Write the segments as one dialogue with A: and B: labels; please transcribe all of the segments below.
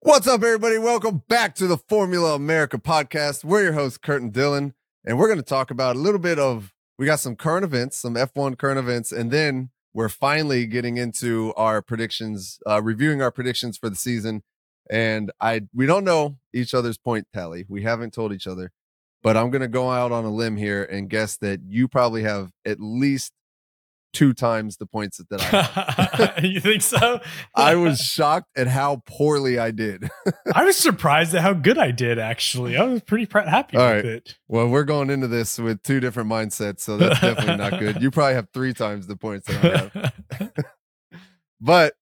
A: What's up, everybody? Welcome back to the Formula America podcast. We're your host, Curtin Dillon, and we're going to talk about a little bit of we got some current events, some F1 current events, and then we're finally getting into our predictions, uh, reviewing our predictions for the season. And I we don't know each other's point tally. We haven't told each other, but I'm going to go out on a limb here and guess that you probably have at least two times the points that I have.
B: you think so?
A: I was shocked at how poorly I did.
B: I was surprised at how good I did. Actually, I was pretty pr- happy
A: All right.
B: with it.
A: Well, we're going into this with two different mindsets, so that's definitely not good. You probably have three times the points that I have. But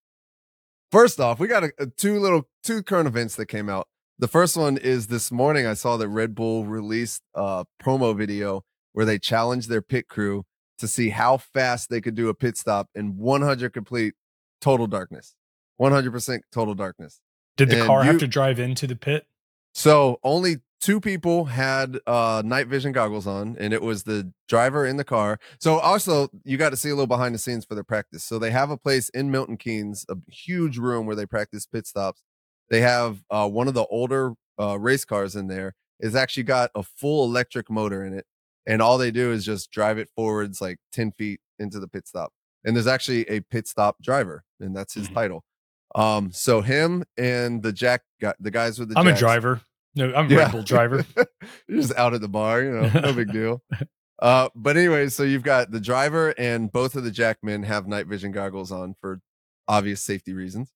A: first off, we got a, a two little two current events that came out. The first one is this morning. I saw that Red Bull released a promo video where they challenged their pit crew to see how fast they could do a pit stop in 100 complete total darkness, 100% total darkness.
B: Did the
A: And
B: car
A: you-
B: have to drive into the pit?
A: So only two people had uh night vision goggles on and it was the driver in the car. So also you got to see a little behind the scenes for their practice. So they have a place in Milton Keynes, a huge room where they practice pit stops. They have uh one of the older uh race cars in there. It's actually got a full electric motor in it and all they do is just drive it forwards like 10 feet into the pit stop. And there's actually a pit stop driver and that's his
B: Mhm.
A: title. Um so him and the jack guy, the guys with the
B: I'm a
A: jacks-
B: driver. No, I'm a
A: Yeah.
B: Red Bull driver.
A: You're just out at the bar, you know, no big deal. Uh, but anyway, so you've got the driver and both of the jackmen have night vision goggles on for obvious safety reasons.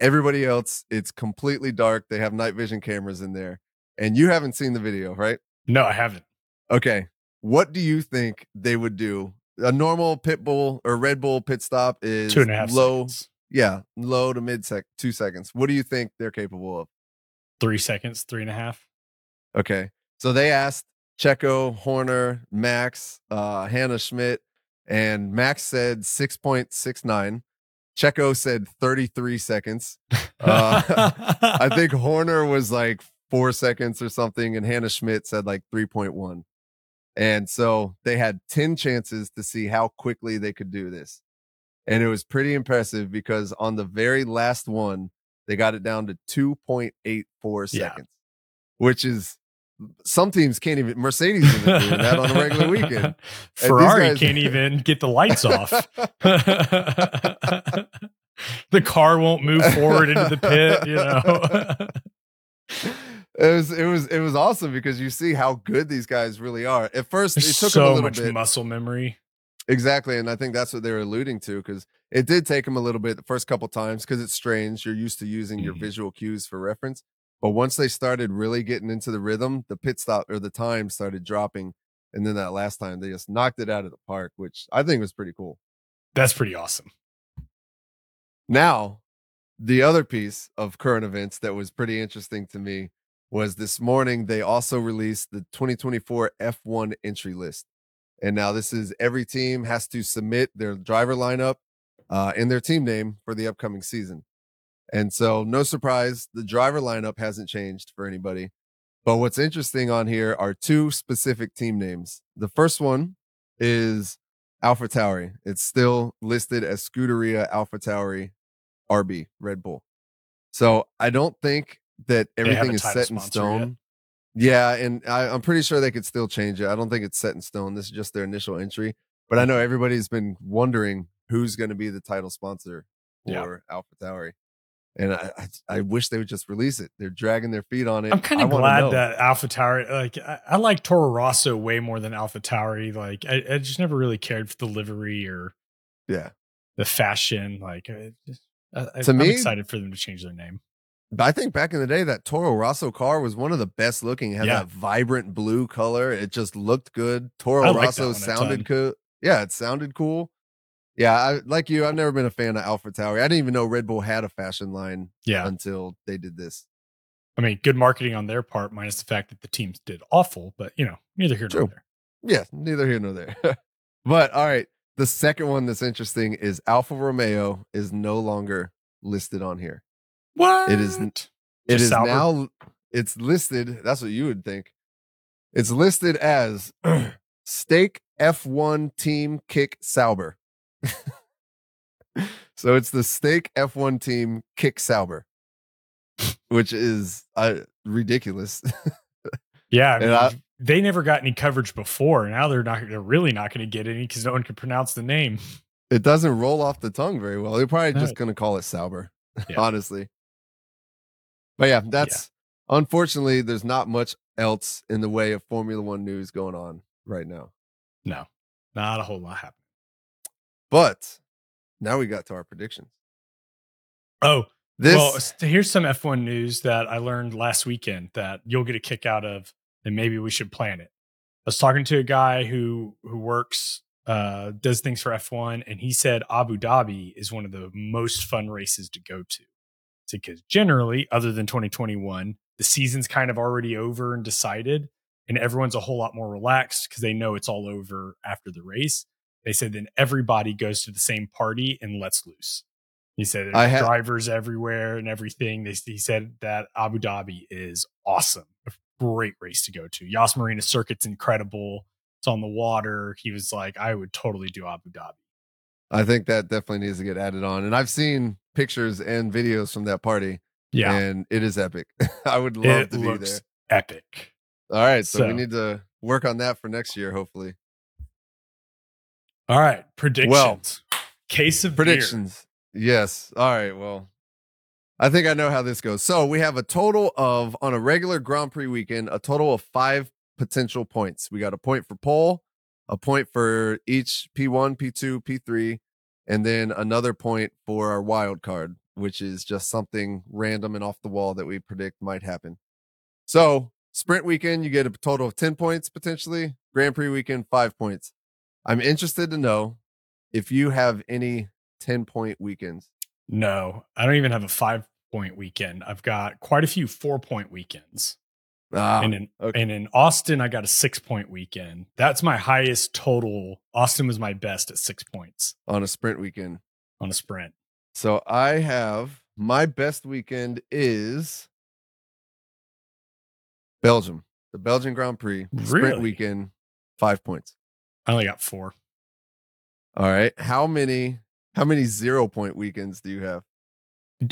A: Everybody else, it's completely dark. They have night vision cameras in there, and you haven't seen the video, right?
B: No, I haven't.
A: Okay, what do you think they would do? A normal pit bull or Red Bull pit stop is
B: Two and a half
A: low,
B: seconds.
A: yeah, low to mid sec, two seconds. What do you think they're capable of?
B: Three seconds. Three and a half.
A: Okay. So they asked Checo, Horner, Max, uh, Hannah Schmidt, and Max said 6.69. Checo said 33 seconds. Uh, I think Horner was like four seconds or something, and Hannah Schmidt said like 3.1. And so they had 10 chances to see how quickly they could do this. And it was pretty impressive because on the very last one, they got it down to 2.84 seconds,
B: Yeah.
A: which is some teams can't even, Mercedes isn't doing that on a regular weekend.
B: Ferrari
A: guys-
B: can't even get the lights off. the car won't move forward into the pit. You know.
A: it was it was it was awesome because you see how good these guys really are. At first, it
B: There's
A: took them a
B: so
A: little
B: much
A: bit.
B: muscle memory.
A: Exactly, and I think that's what they were alluding to because it did take them a little bit the first couple times because it's strange. You're used to using your
B: Mhm.
A: visual cues for reference, but once they started really getting into the rhythm, the pit stop or the time started dropping, and then that last time they just knocked it out of the park, which I think was pretty cool.
B: That's pretty awesome.
A: Now, the other piece of current events that was pretty interesting to me was this morning they also released the 2024 F1 entry list. And now this is every team has to submit their driver lineup uh, and their team name for the upcoming season. And so, no surprise, the driver lineup hasn't changed for anybody. But what's interesting on here are two specific team names. The first one is Alpha Tauri. It's still listed as Scuderia Alpha Tauri RB Red Bull. So I don't think that
B: have
A: everything
B: a
A: is
B: title
A: set in
B: sponsor yet.
A: stone. Yeah, and I, I'm pretty sure they could still change it. I don't think it's set in stone. This is just their initial entry. But I know everybody's been wondering who's going to be the title sponsor
B: Yeah.
A: for Alpha Tauri. And I, I, I wish they would just release it. They're dragging their feet on it.
B: I'm kind
A: I
B: of
A: wanna know.
B: glad that Alpha Tower, like I, I like Toro Rosso way more than Alpha Tower. Like I, I just never really cared for the livery or
A: Yeah.
B: the fashion. Like I, just- I,
A: To
B: I'm
A: me-
B: excited for them to change their name.
A: But I think back in the day, that Toro Rosso car was one of the best looking. It had
B: Yeah.
A: that vibrant blue color. It just looked good. Toro
B: I like that
A: Rosso
B: one a
A: sounded cool.
B: ton.
A: Yeah, it sounded cool. Yeah, I, like you, I've never been a fan of Alpha Tower. I didn't even know Red Bull had a fashion line
B: Yeah,
A: until they did this.
B: I mean, good marketing on their part, minus the fact that the teams did awful. But you know, neither here nor
A: True.
B: there.
A: Yeah, neither here nor there. but all right, the second one that's interesting is Alfa Romeo is no longer listed on here.
B: What
A: It is- It is
B: Just Sauber?
A: now it's listed. That's what you would think. It's listed as Stake F1 Team Kick Sauber. so it's the Stake F1 Team Kick Sauber. which is uh, ridiculous.
B: Yeah, I mean,
A: I-
B: they never got any coverage before. Now they're not. They're really not going to get any because no one can pronounce the name.
A: it doesn't roll off the tongue very well. They're probably just
B: Right.
A: going to call it Sauber,
B: Yeah.
A: honestly. But yeah, that's unfortunately, there's not much else in the way of Formula One news going on right now.
B: No, not a whole lot happened.
A: But now we got to our predictions.
B: Oh,
A: This,
B: well, s- here's some F1 news that I learned last weekend that you'll get a kick out of, and maybe we should plan it. I was talking to a guy who who works, uh, does things for F1, and he said Abu Dhabi is one of the most fun races to go to because generally, other than 2021, the season's kind of already over and decided, and everyone's a whole lot more relaxed because they know it's all over after the race. They said then everybody goes to the same party and lets loose. He said there's
A: I had-
B: drivers everywhere and everything. They, he said that Abu Dhabi is awesome, a great race to go to. Yas Marina Circuit's incredible. It's on the water. He was like, I would totally do Abu Dhabi.
A: I think that definitely needs to get added on. And I've seen pictures and videos from that party, and it is epic. I would love
B: it
A: to be there.
B: looks epic.
A: All right, so, we
B: So-
A: need to work on that for next year, hopefully.
B: All right, predictions. Case of beer.
A: Predictions. Yes. All right. Well, I think I know how this goes. So we have a total of, on a regular Grand Prix weekend, a total of five potential points. We got a point for pole, a point for each P1, P2, P3, and then another point for our wild card, which is just something random and off the wall that we predict might happen. So sprint weekend, you get a total of 10 points potentially. Grand Prix weekend, five points. I'm interested to know if you have any 10 point weekends.
B: No, I don't even have a five point weekend. I've got quite a few four point weekends.
A: Ah,
B: and in
A: okay.
B: and in Austin, I got a six point weekend. That's my highest total. Austin was my best at six points
A: on a sprint weekend.
B: on a sprint.
A: So I have my best weekend is Belgium, the Belgian Grand Prix sprint
B: Really?
A: weekend, five points.
B: I only got four.
A: All right. How many, how many zero point weekends do you have?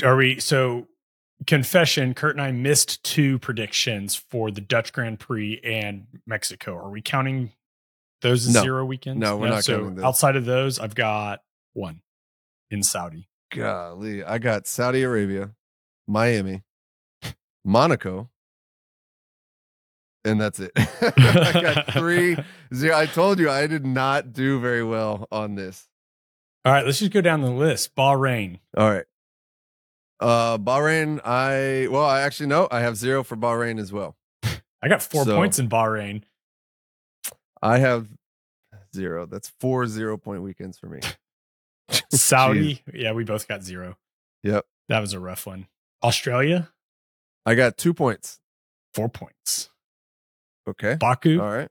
B: Are we so confession, Kurt and I missed two predictions for the Dutch Grand Prix and Mexico. Are we counting those as
A: No.
B: zero weekends?
A: No, we're not
B: so
A: counting those.
B: outside of those, I've got one in Saudi.
A: Golly, I got Saudi Arabia, Miami, Monaco, and that's it. I got three zero. I told you I did not do very well on this.
B: All right, let's just go down the list. Bahrain.
A: All right. Uh Bahrain, I well, I actually no, I have zero for Bahrain as well.
B: I got four
A: So-
B: points in Bahrain.
A: I have zero. That's four zero point weekends for me.
B: Saudi. yeah, we both got zero.
A: Yep.
B: That was a rough one. Australia,
A: I got two points.
B: four points.
A: Okay.
B: Baku,
A: All right.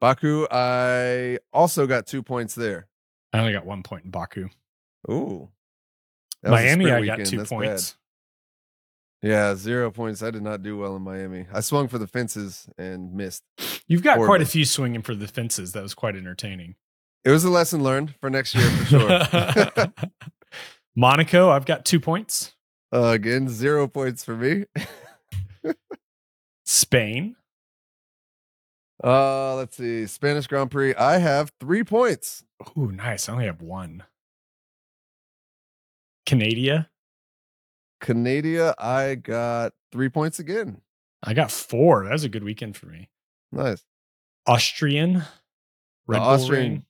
A: Baku, I also got two points there.
B: I only got one point in Baku.
A: Ooh. That was a
B: Miami,
A: sprint
B: I got
A: weekend.
B: two
A: That's bad.
B: points.
A: Yeah, zero points. I did not do well in Miami. I swung for the fences and missed.
B: You've got quite
A: Horrible.
B: a few swinging for the fences. That was quite entertaining.
A: It was a lesson learned for next year for sure.
B: Monaco, I've got two points.
A: uh, again, zero points for me.
B: Spain,
A: Uh, let's see. Spanish Grand Prix. I have three points.
B: ooh, nice. I only have one. Canada,
A: Canada, I got three points again.
B: I got four. That was a good weekend for me.
A: Nice.
B: Austrian, Red Bull
A: Austrian
B: Ring.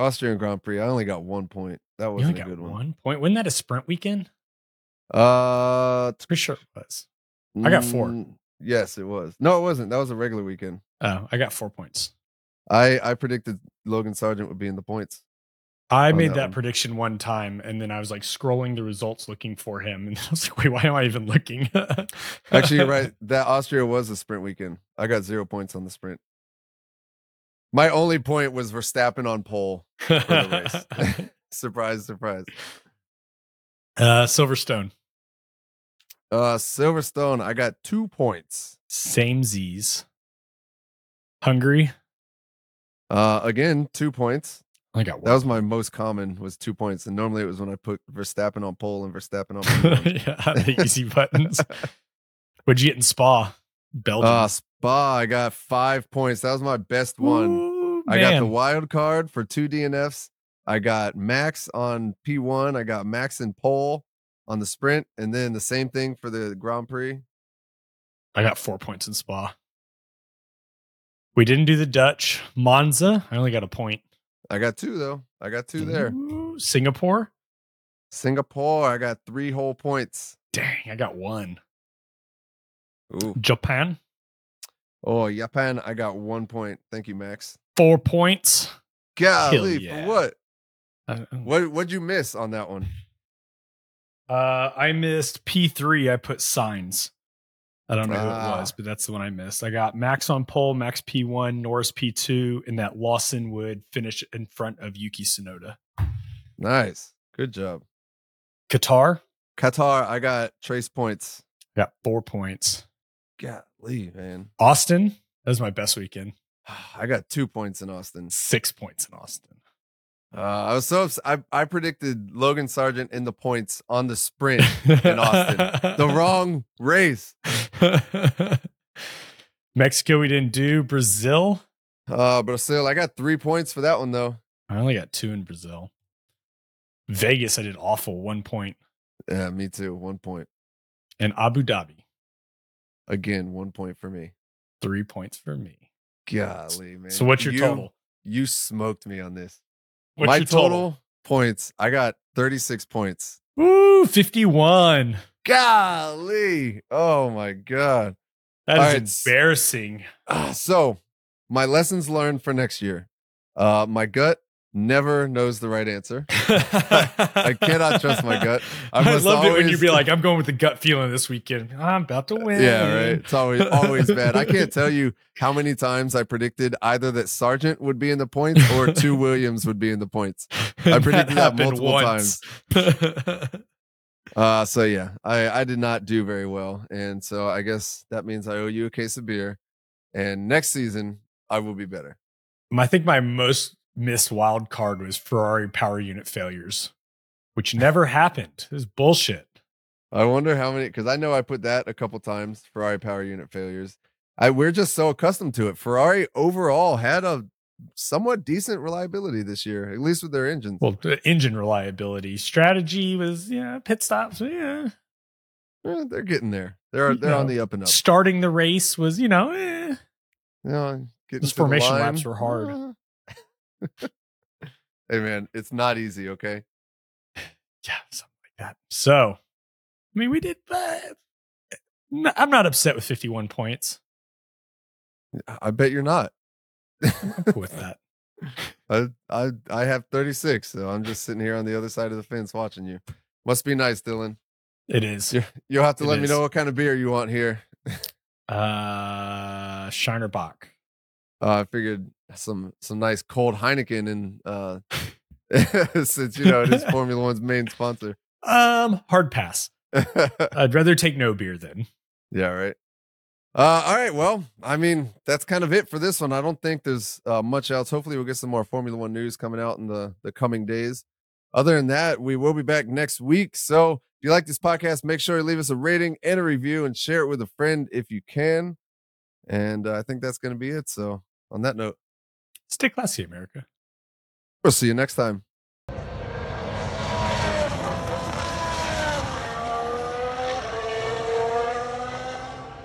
A: Austrian Grand Prix. I only got one point. That
B: You only
A: wasn't a
B: got
A: good one.
B: one point. Wasn't that a sprint weekend?
A: Uh,
B: Pretty sure it was. I got four.
A: mm, Yes, it was. No, it wasn't. That was a regular weekend.
B: Oh, I got four points.
A: I I predicted Logan Sargent would be in the points.
B: I
A: On
B: made
A: that
B: that,
A: one.
B: prediction one time, and then I was like scrolling the results looking for him, and I was like, "Wait, why am I even looking?"
A: Actually, you're right. That Austria was a sprint weekend. I got zero points on the sprint. My only point was Verstappen on pole. for the race. surprise, surprise.
B: uh, Silverstone,
A: Uh, Silverstone, I got two points.
B: same Z's. Hungary,
A: Uh, again, two points.
B: I got
A: That
B: one.
A: was my most common was two points, and normally it was when I put Verstappen on pole and Verstappen on. pole.
B: yeah, the easy buttons. What'd you get in Spa? Belgium.
A: Uh, Spa, I got five points. That was my best one.
B: Ooh,
A: I got the
B: man.
A: wild card for two DNFs. I got Max on P1. I got Max and Pole on the sprint. And then the same thing for the Grand Prix.
B: I got four points in Spa. We didn't do the Dutch Monza. I only got a point.
A: I got two, though. I got two there.
B: Ooh, Singapore.
A: Singapore, I got three whole points.
B: Dang, I got one.
A: Ooh.
B: Japan.
A: Oh, Japan, I got one point. Thank you, Max.
B: Four points.
A: Golly,
B: yeah.
A: for what?
B: Uh,
A: What what'd you miss on that one?
B: Uh, I missed P3. I put signs. I don't know who
A: Ah.
B: it was, but that's the one I missed. I got Max on pole, Max P1, Norris P2, and that Lawson would finish in front of Yuki Tsunoda.
A: Nice. Good job.
B: Qatar
A: Qatar, I got trace points.
B: got four points.
A: Golly, man.
B: Austin, that was my best weekend.
A: I got two points in Austin.
B: Six points in Austin.
A: Uh, I was so ups- I, I predicted Logan Sargent in the points on the sprint, in Austin. the wrong race.
B: Mexico, we didn't do. Brazil,
A: Uh, Brazil, I got three points for that one though.
B: I only got two in Brazil. Vegas, I did awful, one point.
A: Yeah, me too. One point
B: And Abu Dhabi,
A: again. One point for me.
B: three points for me.
A: Golly, man.
B: so what's your
A: You-
B: total?
A: You smoked me on this.
B: What's
A: My
B: your
A: points, I got 36 points.
B: Ooh, 51.
A: Golly. Oh my God.
B: That
A: All
B: is
A: right, s-
B: embarrassing.
A: Ah, so, my lessons learned for next year. Uh, my gut never knows the right answer.
B: I
A: cannot trust my gut. I
B: I,
A: must
B: loved it when
A: always-
B: you'd be like, I'm going with the gut feeling this weekend. I'm about to win.
A: Yeah, right. It's always always bad. I can't tell you how many times I predicted either that Sargent would be in the points or two Williams would be in the points. I predicted that multiple
B: times.
A: Uh, so yeah, I, I did not do very well. And so I guess that means I owe you a case of beer. And next season, I will be better.
B: I think my most missed wild card was Ferrari power unit failures, which never happened. It was bullshit.
A: I wonder how many because I know I put that a couple times Ferrari power unit failures. I we're just so accustomed to it. Ferrari overall had a somewhat decent reliability this year, at least with their engines.
B: Well, the engine reliability strategy was yeah, pit stops. Yeah,
A: Eh, they're getting there. They're they're on
B: Yeah.
A: the up and up.
B: starting the race was you know. Eh.
A: You know, getting
B: Those
A: to the
B: formation
A: line.
B: laps were hard.
A: Eh. hey man, it's not easy. Okay,
B: yeah, something like that. So, I mean, we did. Uh, n- I'm not upset with 51 points.
A: I bet you're not.
B: I'm cool with that.
A: I I I have 36, so I'm just sitting here on the other side of the fence watching you. Must be nice, Dylan.
B: It is.
A: You- You'll have to
B: It
A: let me
B: is.
A: know what kind of beer you want here.
B: Uh, Shinerbach.
A: Uh, I figured some some nice cold Heineken and uh, since you know it is Formula One's main sponsor.
B: Um, hard pass. I'd rather take no beer then.
A: yeah, right. Uh, all right. Well, I mean that's kind of it for this one. I don't think there's uh, much else. Hopefully, we'll get some more Formula One news coming out in the the coming days. Other than that, we will be back next week. So if you like this podcast, make sure you leave us a rating and a review and share it with a friend if you can. And uh, I think that's going to be it. So on that note,
B: Stay classy, America.
A: we'll see you next time.